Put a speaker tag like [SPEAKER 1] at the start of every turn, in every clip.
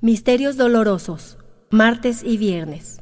[SPEAKER 1] Misterios Dolorosos, martes y viernes.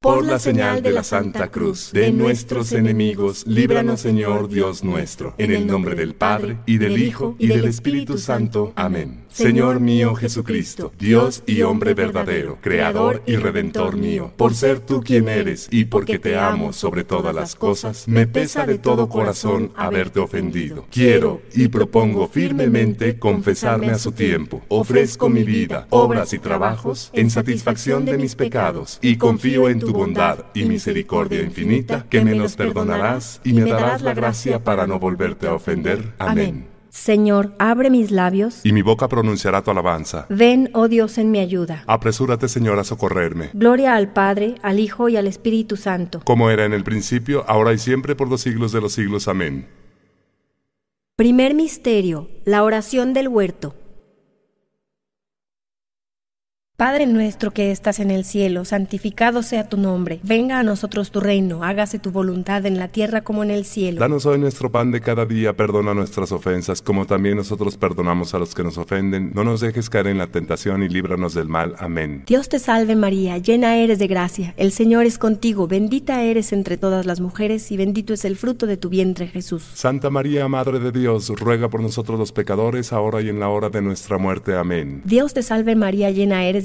[SPEAKER 2] Por la señal de la Santa Cruz de nuestros enemigos, líbranos Señor Dios nuestro, en el nombre del Padre, y del Hijo, y del Espíritu Santo. Amén. Señor mío Jesucristo, Dios y hombre verdadero, Creador y Redentor mío, por ser tú quien eres y porque te amo sobre todas las cosas, me pesa de todo corazón haberte ofendido. Quiero y propongo firmemente confesarme a su tiempo. Ofrezco mi vida, obras y trabajos en satisfacción de mis pecados y confío en tu bondad y misericordia infinita que me los perdonarás y me darás la gracia para no volverte a ofender. Amén.
[SPEAKER 1] Señor, abre mis labios.
[SPEAKER 2] Y mi boca pronunciará tu alabanza.
[SPEAKER 1] Ven, oh Dios, en mi ayuda.
[SPEAKER 2] Apresúrate, Señor, a socorrerme.
[SPEAKER 1] Gloria al Padre, al Hijo y al Espíritu Santo.
[SPEAKER 2] Como era en el principio, ahora y siempre, por los siglos de los siglos. Amén.
[SPEAKER 1] Primer misterio, la oración del huerto. Padre nuestro que estás en el cielo, santificado sea tu nombre. Venga a nosotros tu reino, hágase tu voluntad en la tierra como en el cielo.
[SPEAKER 2] Danos hoy nuestro pan de cada día, perdona nuestras ofensas, como también nosotros perdonamos a los que nos ofenden. No nos dejes caer en la tentación y líbranos del mal. Amén.
[SPEAKER 1] Dios te salve María, llena eres de gracia, el Señor es contigo, bendita eres entre todas las mujeres y bendito es el fruto de tu vientre Jesús.
[SPEAKER 2] Santa María, Madre de Dios, ruega por nosotros los pecadores, ahora y en la hora de nuestra muerte. Amén.
[SPEAKER 1] Dios te salve María, llena eres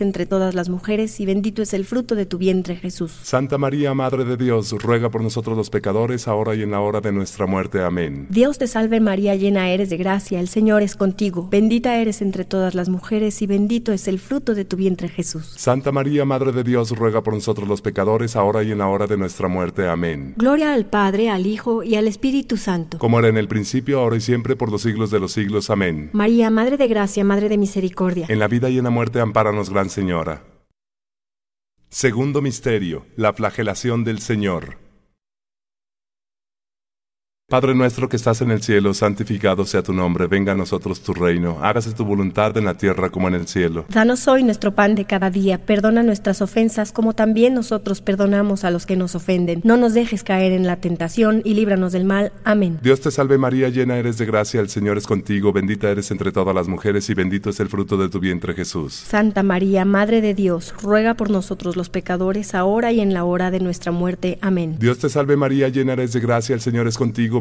[SPEAKER 1] entre todas las mujeres y bendito es el fruto de tu vientre Jesús.
[SPEAKER 2] Santa María, Madre de Dios, ruega por nosotros los pecadores, ahora y en la hora de nuestra muerte. Amén.
[SPEAKER 1] Dios te salve María, llena eres de gracia, el Señor es contigo, bendita eres entre todas las mujeres y bendito es el fruto de tu vientre Jesús.
[SPEAKER 2] Santa María, Madre de Dios, ruega por nosotros los pecadores, ahora y en la hora de nuestra muerte. Amén.
[SPEAKER 1] Gloria al Padre, al Hijo y al Espíritu Santo.
[SPEAKER 2] Como era en el principio, ahora y siempre, por los siglos de los siglos. Amén.
[SPEAKER 1] María, Madre de Gracia, Madre de Misericordia.
[SPEAKER 2] En la vida y en la muerte, ampáranos, Gran Señora. Segundo misterio, la flagelación del Señor. Padre nuestro que estás en el cielo, santificado sea tu nombre, venga a nosotros tu reino, hágase tu voluntad en la tierra como en el cielo.
[SPEAKER 3] Danos hoy nuestro pan de cada día, perdona nuestras ofensas como también nosotros perdonamos a los que nos ofenden. No nos dejes caer en la tentación y líbranos del mal. Amén.
[SPEAKER 2] Dios te salve María, llena eres de gracia, el Señor es contigo, bendita eres entre todas las mujeres y bendito es el fruto de tu vientre Jesús.
[SPEAKER 3] Santa María, Madre de Dios, ruega por nosotros los pecadores, ahora y en la hora de nuestra muerte. Amén.
[SPEAKER 2] Dios te salve María, llena eres de gracia, el Señor es contigo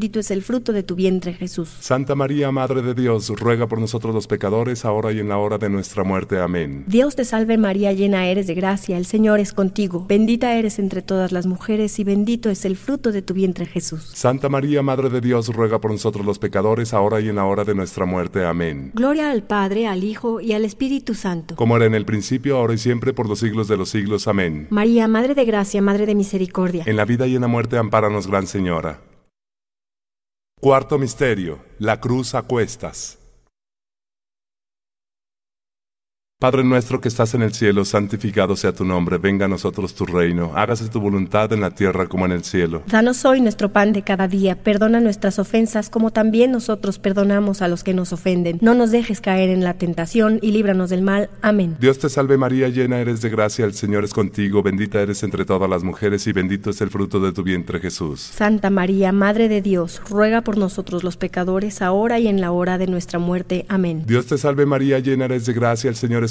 [SPEAKER 1] bendito es el fruto de tu vientre, Jesús.
[SPEAKER 2] Santa María, Madre de Dios, ruega por nosotros los pecadores, ahora y en la hora de nuestra muerte. Amén.
[SPEAKER 1] Dios te salve María, llena eres de gracia, el Señor es contigo, bendita eres entre todas las mujeres y bendito es el fruto de tu vientre, Jesús.
[SPEAKER 2] Santa María, Madre de Dios, ruega por nosotros los pecadores, ahora y en la hora de nuestra muerte. Amén.
[SPEAKER 1] Gloria al Padre, al Hijo y al Espíritu Santo.
[SPEAKER 2] Como era en el principio, ahora y siempre, por los siglos de los siglos. Amén.
[SPEAKER 1] María, Madre de gracia, Madre de misericordia.
[SPEAKER 2] En la vida y en la muerte, ampáranos, Gran Señora. Cuarto misterio: la cruz a cuestas. Padre nuestro que estás en el cielo, santificado sea tu nombre, venga a nosotros tu reino, hágase tu voluntad en la tierra como en el cielo.
[SPEAKER 3] Danos hoy nuestro pan de cada día, perdona nuestras ofensas como también nosotros perdonamos a los que nos ofenden. No nos dejes caer en la tentación y líbranos del mal. Amén.
[SPEAKER 2] Dios te salve María, llena eres de gracia, el Señor es contigo, bendita eres entre todas las mujeres y bendito es el fruto de tu vientre Jesús.
[SPEAKER 1] Santa María, Madre de Dios, ruega por nosotros los pecadores, ahora y en la hora de nuestra muerte. Amén.
[SPEAKER 2] Dios te salve María, llena eres de gracia, el Señor es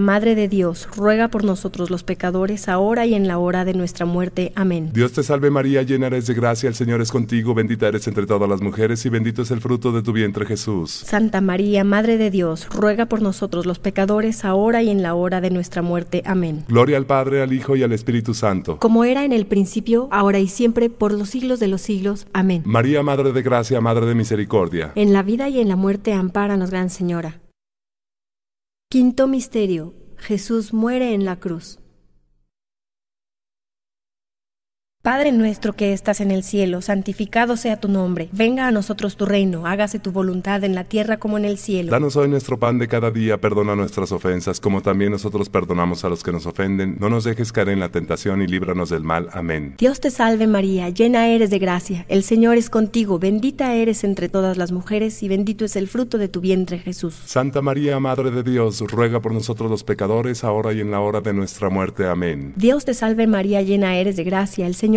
[SPEAKER 1] Madre Madre de Dios, ruega por nosotros los pecadores, ahora y en la hora de nuestra muerte. Amén.
[SPEAKER 2] Dios te salve María, llena eres de gracia, el Señor es contigo, bendita eres entre todas las mujeres y bendito es el fruto de tu vientre Jesús.
[SPEAKER 1] Santa María, Madre de Dios, ruega por nosotros los pecadores, ahora y en la hora de nuestra muerte. Amén.
[SPEAKER 2] Gloria al Padre, al Hijo y al Espíritu Santo.
[SPEAKER 1] Como era en el principio, ahora y siempre, por los siglos de los siglos. Amén.
[SPEAKER 2] María, Madre de gracia, Madre de misericordia.
[SPEAKER 1] En la vida y en la muerte, ampáranos, Gran Señora. Quinto Misterio. Jesús muere en la cruz.
[SPEAKER 3] Padre nuestro que estás en el cielo, santificado sea tu nombre, venga a nosotros tu reino, hágase tu voluntad en la tierra como en el cielo.
[SPEAKER 2] Danos hoy nuestro pan de cada día, perdona nuestras ofensas, como también nosotros perdonamos a los que nos ofenden, no nos dejes caer en la tentación y líbranos del mal. Amén.
[SPEAKER 1] Dios te salve María, llena eres de gracia, el Señor es contigo, bendita eres entre todas las mujeres y bendito es el fruto de tu vientre Jesús.
[SPEAKER 2] Santa María, Madre de Dios, ruega por nosotros los pecadores, ahora y en la hora de nuestra muerte. Amén.
[SPEAKER 1] Dios te salve María, llena eres de gracia, el Señor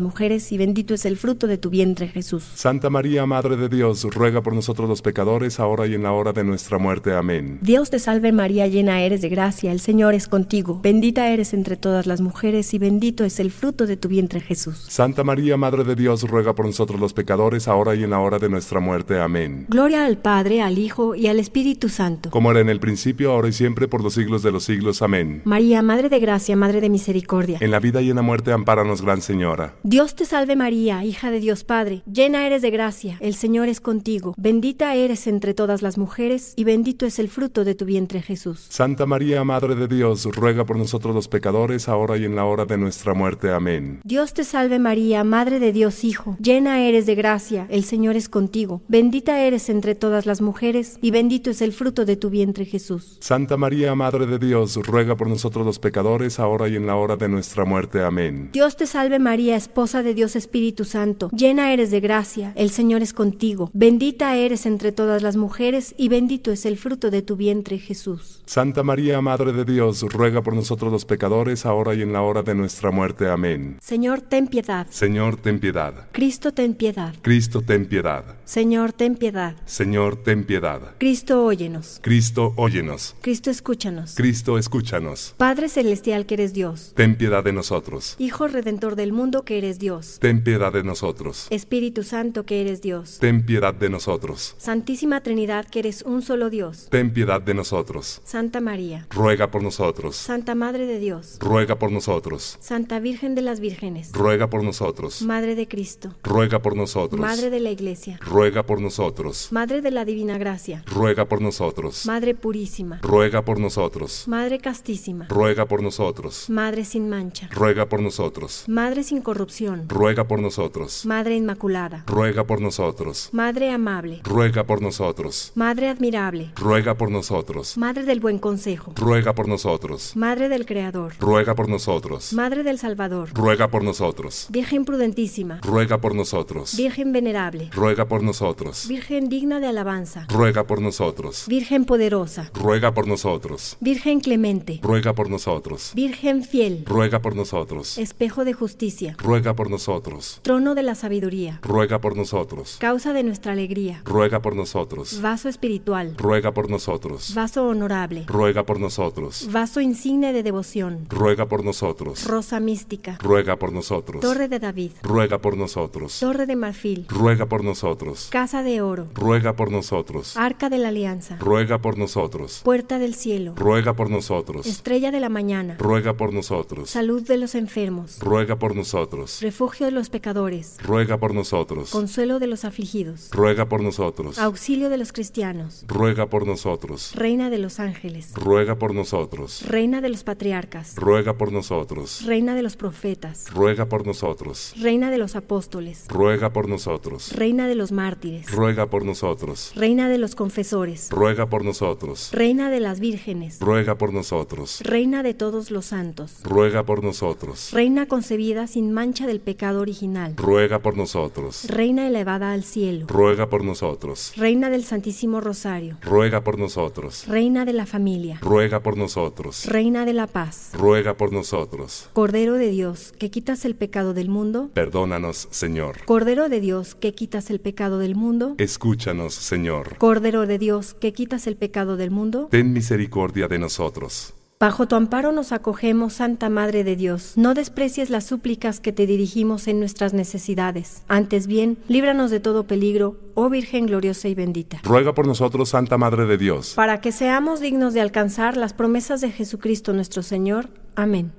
[SPEAKER 1] mujeres y bendito es el fruto de tu vientre Jesús.
[SPEAKER 2] Santa María, Madre de Dios, ruega por nosotros los pecadores, ahora y en la hora de nuestra muerte. Amén.
[SPEAKER 1] Dios te salve María, llena eres de gracia, el Señor es contigo, bendita eres entre todas las mujeres y bendito es el fruto de tu vientre Jesús.
[SPEAKER 2] Santa María, Madre de Dios, ruega por nosotros los pecadores, ahora y en la hora de nuestra muerte. Amén.
[SPEAKER 1] Gloria al Padre, al Hijo y al Espíritu Santo.
[SPEAKER 2] Como era en el principio, ahora y siempre, por los siglos de los siglos. Amén.
[SPEAKER 1] María, Madre de Gracia, Madre de Misericordia.
[SPEAKER 2] En la vida y en la muerte, ampáranos, Gran Señora.
[SPEAKER 1] Dios te salve María, hija de Dios Padre, llena eres de gracia, el Señor es contigo, bendita eres entre todas las mujeres y bendito es el fruto de tu vientre Jesús.
[SPEAKER 2] Santa María, Madre de Dios, ruega por nosotros los pecadores, ahora y en la hora de nuestra muerte. Amén.
[SPEAKER 1] Dios te salve María, Madre de Dios Hijo, llena eres de gracia, el Señor es contigo, bendita eres entre todas las mujeres y bendito es el fruto de tu vientre Jesús.
[SPEAKER 2] Santa María, Madre de Dios, ruega por nosotros los pecadores, ahora y en la hora de nuestra muerte. Amén.
[SPEAKER 1] Dios te salve María, esposa de Dios Espíritu Santo, llena eres de gracia, el Señor es contigo, bendita eres entre todas las mujeres y bendito es el fruto de tu vientre Jesús.
[SPEAKER 2] Santa María, Madre de Dios, ruega por nosotros los pecadores, ahora y en la hora de nuestra muerte. Amén.
[SPEAKER 1] Señor, ten piedad.
[SPEAKER 2] Señor, ten piedad.
[SPEAKER 1] Cristo, ten piedad.
[SPEAKER 2] Cristo, ten piedad.
[SPEAKER 1] Señor, ten piedad.
[SPEAKER 2] Señor, ten piedad.
[SPEAKER 1] Cristo, óyenos.
[SPEAKER 2] Cristo, óyenos.
[SPEAKER 1] Cristo, escúchanos.
[SPEAKER 2] Cristo, escúchanos.
[SPEAKER 1] Padre celestial que eres Dios.
[SPEAKER 2] Ten piedad de nosotros.
[SPEAKER 1] Hijo redentor del mundo que eres Dios.
[SPEAKER 2] Ten piedad de nosotros.
[SPEAKER 1] Espíritu Santo que eres Dios.
[SPEAKER 2] Ten piedad de nosotros.
[SPEAKER 1] Santísima Trinidad que eres un solo Dios.
[SPEAKER 2] Ten piedad de nosotros.
[SPEAKER 1] Santa María.
[SPEAKER 2] Ruega por nosotros.
[SPEAKER 1] Santa Madre de Dios.
[SPEAKER 2] Ruega por nosotros.
[SPEAKER 1] Santa Virgen de las Vírgenes.
[SPEAKER 2] Ruega por nosotros.
[SPEAKER 1] Madre de Cristo.
[SPEAKER 2] Ruega por nosotros.
[SPEAKER 1] Madre de la Iglesia.
[SPEAKER 2] Ruega por nosotros.
[SPEAKER 1] Madre de la Divina Gracia.
[SPEAKER 2] Ruega por nosotros.
[SPEAKER 1] Madre purísima.
[SPEAKER 2] Ruega por nosotros.
[SPEAKER 1] Madre castísima.
[SPEAKER 2] Ruega por nosotros.
[SPEAKER 1] Madre sin mancha.
[SPEAKER 2] Ruega por nosotros.
[SPEAKER 1] Madre sin corrupción.
[SPEAKER 2] Ruega por nosotros.
[SPEAKER 1] Madre inmaculada.
[SPEAKER 2] Ruega por nosotros.
[SPEAKER 1] Madre amable.
[SPEAKER 2] Ruega por nosotros.
[SPEAKER 1] Madre admirable.
[SPEAKER 2] Ruega por nosotros.
[SPEAKER 1] Madre del buen consejo.
[SPEAKER 2] Ruega por nosotros.
[SPEAKER 1] Madre del Creador.
[SPEAKER 2] Ruega por nosotros.
[SPEAKER 1] Madre del Salvador.
[SPEAKER 2] Ruega por nosotros.
[SPEAKER 1] Virgen prudentísima.
[SPEAKER 2] Ruega por nosotros.
[SPEAKER 1] Virgen venerable.
[SPEAKER 2] Ruega por nosotros.
[SPEAKER 1] Virgen digna de alabanza.
[SPEAKER 2] Ruega por nosotros.
[SPEAKER 1] Virgen poderosa.
[SPEAKER 2] Ruega por nosotros.
[SPEAKER 1] Virgen clemente.
[SPEAKER 2] Ruega por nosotros.
[SPEAKER 1] Virgen fiel.
[SPEAKER 2] Ruega por nosotros.
[SPEAKER 1] Espejo de justicia.
[SPEAKER 2] Ruega por nosotros.
[SPEAKER 1] Trono de la sabiduría.
[SPEAKER 2] Ruega por nosotros.
[SPEAKER 1] Causa de nuestra alegría.
[SPEAKER 2] Ruega por nosotros.
[SPEAKER 1] Vaso espiritual.
[SPEAKER 2] Ruega por nosotros.
[SPEAKER 1] Vaso honorable.
[SPEAKER 2] Ruega por nosotros.
[SPEAKER 1] Vaso insigne de devoción.
[SPEAKER 2] Ruega por nosotros.
[SPEAKER 1] Rosa mística.
[SPEAKER 2] Ruega por nosotros.
[SPEAKER 1] Torre de David.
[SPEAKER 2] Ruega por nosotros.
[SPEAKER 1] Torre de marfil.
[SPEAKER 2] Ruega por nosotros.
[SPEAKER 1] Casa de oro.
[SPEAKER 2] Ruega por nosotros.
[SPEAKER 1] Arca de la alianza.
[SPEAKER 2] Ruega por nosotros.
[SPEAKER 1] Puerta del cielo.
[SPEAKER 2] Ruega por nosotros.
[SPEAKER 1] Estrella de la mañana.
[SPEAKER 2] Ruega por nosotros.
[SPEAKER 1] Salud de los enfermos.
[SPEAKER 2] Ruega por nosotros.
[SPEAKER 1] Refugio de los pecadores.
[SPEAKER 2] Ruega por nosotros.
[SPEAKER 1] Consuelo de los afligidos.
[SPEAKER 2] Ruega por nosotros.
[SPEAKER 1] Auxilio de los cristianos.
[SPEAKER 2] Ruega por nosotros.
[SPEAKER 1] Reina de los ángeles.
[SPEAKER 2] Ruega por nosotros.
[SPEAKER 1] Reina de los patriarcas.
[SPEAKER 2] Ruega por nosotros.
[SPEAKER 1] Reina de los profetas.
[SPEAKER 2] Ruega por nosotros.
[SPEAKER 1] Reina de los apóstoles.
[SPEAKER 2] Ruega por nosotros.
[SPEAKER 1] Reina de los mártires.
[SPEAKER 2] Ruega por nosotros.
[SPEAKER 1] Reina de los confesores.
[SPEAKER 2] Ruega por nosotros.
[SPEAKER 1] Reina de las vírgenes.
[SPEAKER 2] Ruega por nosotros.
[SPEAKER 1] Reina de todos los santos.
[SPEAKER 2] Ruega por nosotros.
[SPEAKER 1] Reina concebida sin mancha del pecado original.
[SPEAKER 2] Ruega por nosotros.
[SPEAKER 1] Reina elevada al cielo.
[SPEAKER 2] Ruega por nosotros.
[SPEAKER 1] Reina del Santísimo Rosario.
[SPEAKER 2] Ruega por nosotros.
[SPEAKER 1] Reina de la familia.
[SPEAKER 2] Ruega por nosotros.
[SPEAKER 1] Reina de la paz.
[SPEAKER 2] Ruega por nosotros.
[SPEAKER 1] Cordero de Dios, que quitas el pecado del mundo.
[SPEAKER 2] Perdónanos, Señor.
[SPEAKER 1] Cordero de Dios, que quitas el pecado del mundo.
[SPEAKER 2] Escúchanos, Señor.
[SPEAKER 1] Cordero de Dios, que quitas el pecado del mundo.
[SPEAKER 2] Ten misericordia de nosotros.
[SPEAKER 1] Bajo tu amparo nos acogemos, Santa Madre de Dios. No desprecies las súplicas que te dirigimos en nuestras necesidades. Antes bien, líbranos de todo peligro, oh Virgen gloriosa y bendita.
[SPEAKER 2] Ruega por nosotros, Santa Madre de Dios.
[SPEAKER 1] Para que seamos dignos de alcanzar las promesas de Jesucristo nuestro Señor. Amén.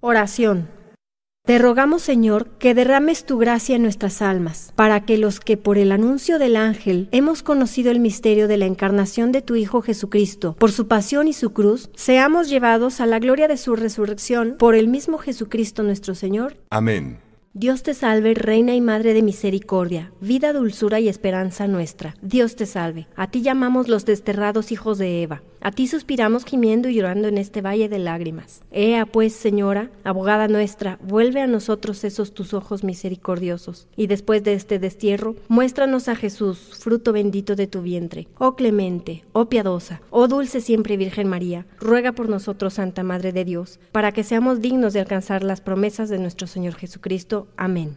[SPEAKER 1] Oración. Te rogamos, Señor, que derrames tu gracia en nuestras almas, para que los que por el anuncio del ángel hemos conocido el misterio de la encarnación de tu Hijo Jesucristo, por su pasión y su cruz, seamos llevados a la gloria de su resurrección por el mismo Jesucristo nuestro Señor.
[SPEAKER 2] Amén.
[SPEAKER 1] Dios te salve, Reina y Madre de Misericordia, vida, dulzura y esperanza nuestra. Dios te salve. A ti llamamos los desterrados hijos de Eva. A ti suspiramos gimiendo y llorando en este valle de lágrimas. Ea pues, Señora, abogada nuestra, vuelve a nosotros esos tus ojos misericordiosos. Y después de este destierro, muéstranos a Jesús, fruto bendito de tu vientre. Oh clemente, oh piadosa, oh dulce siempre Virgen María, ruega por nosotros, Santa Madre de Dios, para que seamos dignos de alcanzar las promesas de nuestro Señor Jesucristo. Amén.